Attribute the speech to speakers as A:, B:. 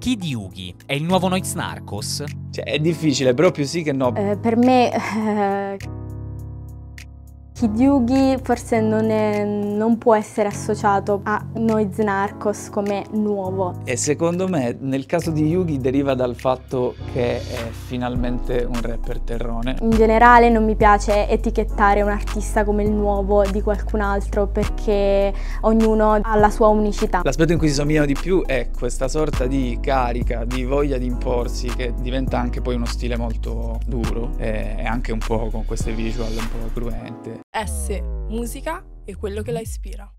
A: Kid Yugi è il nuovo Noiz Narcos?
B: Cioè, è difficile, proprio sì che no.
C: Eh, per me eh, Kid Yugi forse non, è- non può essere associato a Noiz Narcos come nuovo.
B: E secondo me, nel caso di Yugi, deriva dal fatto che è finalmente un rapper terrone.
C: In generale non mi piace etichettare un artista come il nuovo di qualcun altro perché ognuno ha la sua unicità.
B: L'aspetto in cui si somigliano di più è questa sorta di carica, di voglia di imporsi che diventa anche poi uno stile molto duro e e anche un po' con queste visual un po' cruente.
D: S. Musica e quello che la ispira.